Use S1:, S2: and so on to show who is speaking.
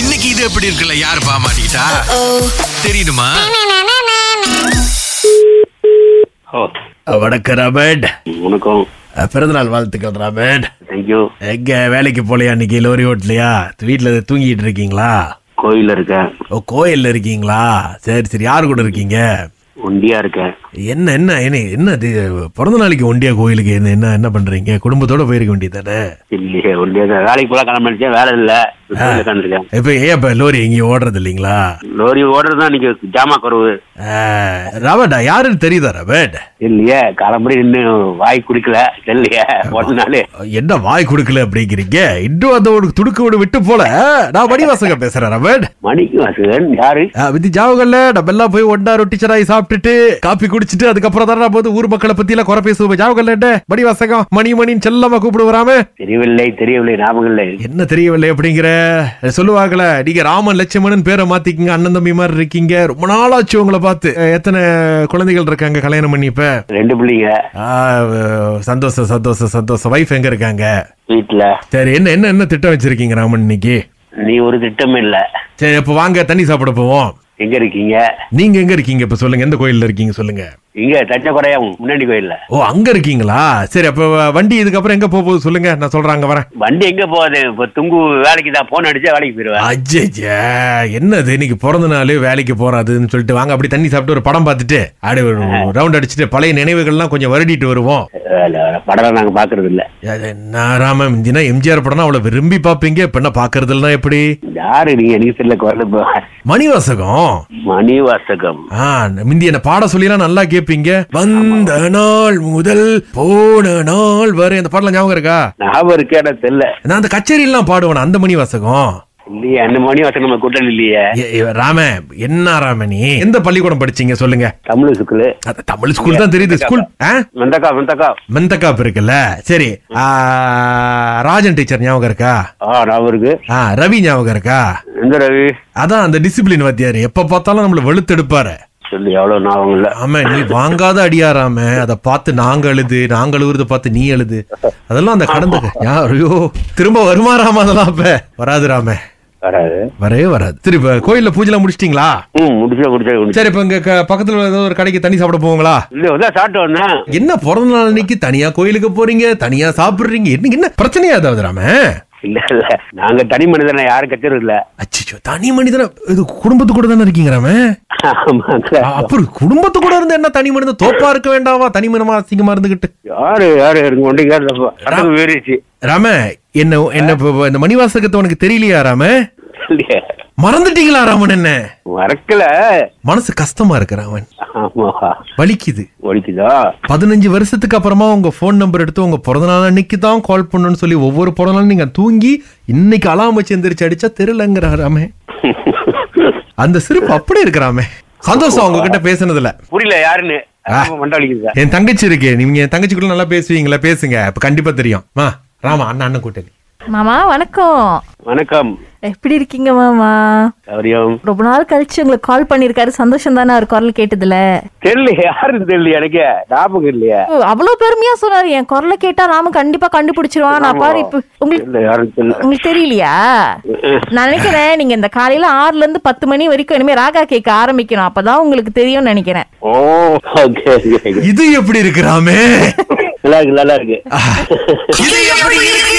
S1: இன்னைக்கு இது எப்படி இருக்குல்ல யாரு பாமாட்டா தெரியுமா
S2: ஓ
S3: வணக்கம் ராபர்ட்
S2: வணக்கம்
S3: பிறந்தநாள் வாழ்த்துக்கள் ராபர்ட்
S2: தேங்க்யூ
S3: எங்க வேலைக்கு போலையா இன்னைக்கு லோரி ஓட்டலையா வீட்டுல தூங்கிட்டு இருக்கீங்களா
S2: கோயில்ல இருக்கேன்
S3: ஓ கோயில்ல இருக்கீங்களா சரி சரி யார் கூட இருக்கீங்க
S2: ஒண்டியா இருக்கேன்
S3: என்ன என்ன என்ன என்ன இது பிறந்த நாளைக்கு ஒண்டியா கோயிலுக்கு என்ன என்ன என்ன பண்றீங்க குடும்பத்தோட போயிருக்க வேண்டியதானே
S2: இல்லையே ஒண்டியா தான். வேலைக்கு போல கிளம்ப நினைச்சேன் வேலை இல்ல கோயில உட்காந்துருக்கேன்
S3: இப்ப ஏன் இப்ப லோரி எங்கேயும் ஓடுறது இல்லைங்களா
S2: லோரி ஓடுறது தான் இன்னைக்கு ஜாமா குறவு
S3: ஆ, ராபர்டா யாருன்னு தெரியுதா ராபர்ட்
S2: இல்லையே கிளம்பி இன்னும் வாய் குடிக்கல இல்லையே ஒரு நாள்
S3: என்ன வாய் கொடுக்கல அப்படிங்கிறீங்க இன்னும் அந்த ஒரு துடுக்கு விடு விட்டு போல நான் மணிவாசகம் பேசுறேன் ராபர்ட்
S2: மணிக்கு வாசகன் யாரு
S3: ஆ, விதி ஜாவகல்ல நம்ம எல்லாம் போய் ஒன்னா ரொட்டி சராய் சாப்பிட்டுட்டு காப்பி குடிச்சிட்டு அதுக்கப்புறம் தானே நம்ம வந்து ஊர் மக்களை பத்தி எல்லாம் குறை பேசுவோம் ஜாவகல்ல என்ன மணிவாசகம் மணி மணின்னு செல்லமா கூப்பிடுவாராமே
S2: தெரியவில்லை தெரியவில்லை ஞாபகம் இல்லை
S3: என்ன தெரியவில்லை அப்படிங்கிற சொல்லுவாங்களே நீங்க ராமன் லட்சுமணன் பேரை மாத்திக்கங்க அண்ணன் தம்பி மாதிரி இருக்கீங்க ரொம்ப நாளாச்சு உங்களை பார்த்து அஹ், எத்தனை குழந்தைகள் இருக்காங்க கல்யாணம் பண்ணி இப்ப
S2: ரெண்டு பிள்ளைங்க
S3: ஆ, அஹ், சந்தோஷம் சந்தோஷம் சந்தோஷம் வைஃப் எங்க இருக்காங்க
S2: வீட்டுல
S3: சரி என்ன என்ன என்ன திட்டம் வச்சிருக்கீங்க ராமன் இன்னைக்கு
S2: நீ ஒரு திட்டம் இல்ல
S3: சரி அப்ப வாங்க தண்ணி சாப்பிட போவோம்
S2: எங்க இருக்கீங்க
S3: நீங்க எங்க இருக்கீங்க இப்ப சொல்லுங்க எந்த கோயில்ல இருக்கீங்க சொல்லுங்க
S2: இங்க தச்ச குறையா முன்னாடி கோயில்ல
S3: ஓ அங்க இருக்கீங்களா சரி அப்ப வண்டி இதுக்கப்புறம் எங்க போக போகுது சொல்லுங்க நான் சொல்றேன் அங்க வரேன்
S2: வண்டி எங்க போகுது இப்ப துங்கு வேலைக்கு தான் போன் அடிச்சா வேலைக்கு போயிருவேன்
S3: அஜ்ஜா என்னது இன்னைக்கு பிறந்த நாள் வேலைக்கு போறாதுன்னு சொல்லிட்டு வாங்க அப்படி தண்ணி சாப்பிட்டு ஒரு படம் பார்த்துட்டு அடி ரவுண்ட் அடிச்சுட்டு பழைய நினைவுகள்லாம் கொஞ்சம் வருடிட்டு வருவோம்
S2: படம் நாங்க பாக்குறது இல்ல
S3: அது நான் ராம இந்தினா எம்ஜிஆர் படம்னா அவ்வளவு விரும்பி பாப்பீங்க இப்ப பாக்குறதுலாம் எப்படி
S2: யாரு நீங்க எனக்கு தெரியல குரல் இப்போ.
S3: மணிவாசகம்
S2: மணி வாசகம்
S3: ஆ முந்தி என்ன பாட சொல்லிலாம் நல்லா கேட்பீங்க வந்த நாள் முதல் போன நாள் வரை அந்த பாடலாம் ஞாபகம் இருக்கா
S2: ஞாபகம் இருக்கே எனக்கு தெரியல
S3: நான் அந்த கச்சேரியெல்லாம் பாடுவேன் அந்த மணி வாசகம்
S2: இல்லையே அந்த மணி வாசகம் நம்ம கூட்டம் இல்லையே
S3: ஏ, ஏ, ராம என்ன ராம நீ எந்த பள்ளிக்கூடம் படிச்சீங்க சொல்லுங்க
S2: தமிழ் சுக்குலு
S3: அது தமிழ் ஸ்கூல் தான் தெரியுது ஸ்கூல் ஆ
S2: வெந்தக்கா வெந்தக்கா
S3: மெந்தக்காப் இருக்குல்ல சரி ஆ, ராஜன் டீச்சர் ஞாபகம் இருக்கா
S2: ஆ ஞாபகம் இருக்கு
S3: ஆ ரவி ஞாபகம் இருக்கா
S2: எந்த ரவி
S3: அதான் அந்த டிசிப்ளின் வாத்தியார் எப்ப பார்த்தாலும் நம்மள வெளுத்தெடுப்பாரு
S2: சொல்லு எவ்வளவு ஞாபகம் இல்ல
S3: ஆமா நீ வாங்காத அடியாராம அதை பார்த்து நாங்க அழுது நாங்க அழுகுறத பார்த்து நீ அழுது அதெல்லாம் அந்த கடந்த யா- ஐயோ திரும்ப வருமா ராம அதெல்லாம் அப்ப வராது ராம
S2: வராது
S3: வரவே வராது சரி இப்ப கோயில்ல பூஜைலாம் முடிச்சிட்டீங்களா
S2: ம் முடிச்சா முடிச்சா முடிச்சு
S3: சரி இப்ப இங்க க- பக்கத்துல உள்ள ஏதோ ஒரு கடைக்கு தண்ணி சாப்பிட போவீங்களா
S2: இல்ல வந்து சாப்பிட்டு வந்தேன்
S3: என்ன பிறந்த நாள் அன்னைக்கு தனியா கோயிலுக்கு போறீங்க தனியா சாப்பிடுறீங்க என்ன என்ன பிரச்சனையா ஏதாவது ராம
S2: இல்ல இல்ல நாங்க தனி மனிதனை யாரும் கச்சரும் இல்ல
S3: அச்சோ தனி மனிதன இது குடும்பத்து கூட தானே இருக்கீங்க ராம
S2: ஆமாங்க
S3: அ- அப்புறம் குடும்பத்து கூட இருந்து என்ன தனி மனிதன் தோப்பா இருக்க வேண்டாமா தனி மனிதமா அசிங்கமா இருந்துகிட்டு
S2: யாரு யாரு எனக்கு ஒன்றும் கேட்டப்போ சட்டம் வேறிச்சு
S3: ராம என்ன என்ன இப்ப- இப்ப இந்த மணிவாசகத்தை உனக்கு தெரியலையா ராம
S2: இல்லையே
S3: மறந்துட்டீங்களா ராமன் என்ன
S2: மறக்கல
S3: மனசு கஷ்டமா இருக்கு ராமன்
S2: ஆமா
S3: வலிக்குது
S2: ஒழிக்குதா
S3: பதினஞ்சு வருஷத்துக்கு அப்புறமா உங்க ஃபோன் நம்பர் எடுத்து உங்க பிறந்த நாள் அன்னைக்கு தான் கால் பண்ணணும்னு சொல்லி ஒவ்வொரு பிறந்த நாளும் நீங்க தூங்கி இன்னைக்கு அலாம் வச்சு எந்திரிச்சு அடிச்சா தெரியலங்கிறா ராமே அந்த சிரிப்பு அப்படியே இருக்கிறாமே சந்தோஷம் உங்ககிட்ட பேசுனதுல
S2: புரியல யாருன்னு மண்டை வலிக்குதா
S3: என் தங்கச்சி இருக்கு நீங்க என் தங்கச்சி கூட நல்லா பேசுவீங்களா பேசுங்க இப்ப கண்டிப்பா தெரியும் மா ராமா அண்ணா அண்ணன் கூட்டணி
S4: மாமா வணக்கம்
S2: வணக்கம்
S4: எப்படி இருக்கீங்க மாமா
S2: சௌரியம்
S4: ரொம்ப நாள் கழிச்சு உங்களுக்கு கால் பண்ணிருக்காரு சந்தோஷம் தானே அவர் குரல் கேட்டதுல
S2: தெரியல யாருன்னு தெரியல எனக்கு ஞாபகம் இல்லையா
S4: ஓ, அவ்வளவு பெருமையா சொன்னாரு என் குரலை கேட்டா நாம கண்டிப்பா கண்டுபிடிச்சிருவான் நான் பாரு இப்ப உங்களுக்கு
S2: தெரியல யாருன்னு தெரியல
S4: உங்களுக்கு தெரியலையா நான் நினைக்கிறேன் நீங்க இந்த காலையில ஆறுல இருந்து பத்து மணி வரைக்கும் இனிமே ராகா கேட்க ஆரம்பிக்கணும் அப்பதான் உங்களுக்கு தெரியும்னு நினைக்கிறேன்
S2: ஓ ஓகே ஓகே
S3: இது எப்படி இருக்கிறாமே
S2: நல்லா இருக்கு நல்லா இருக்கு
S1: இது எப்படி இருக்கு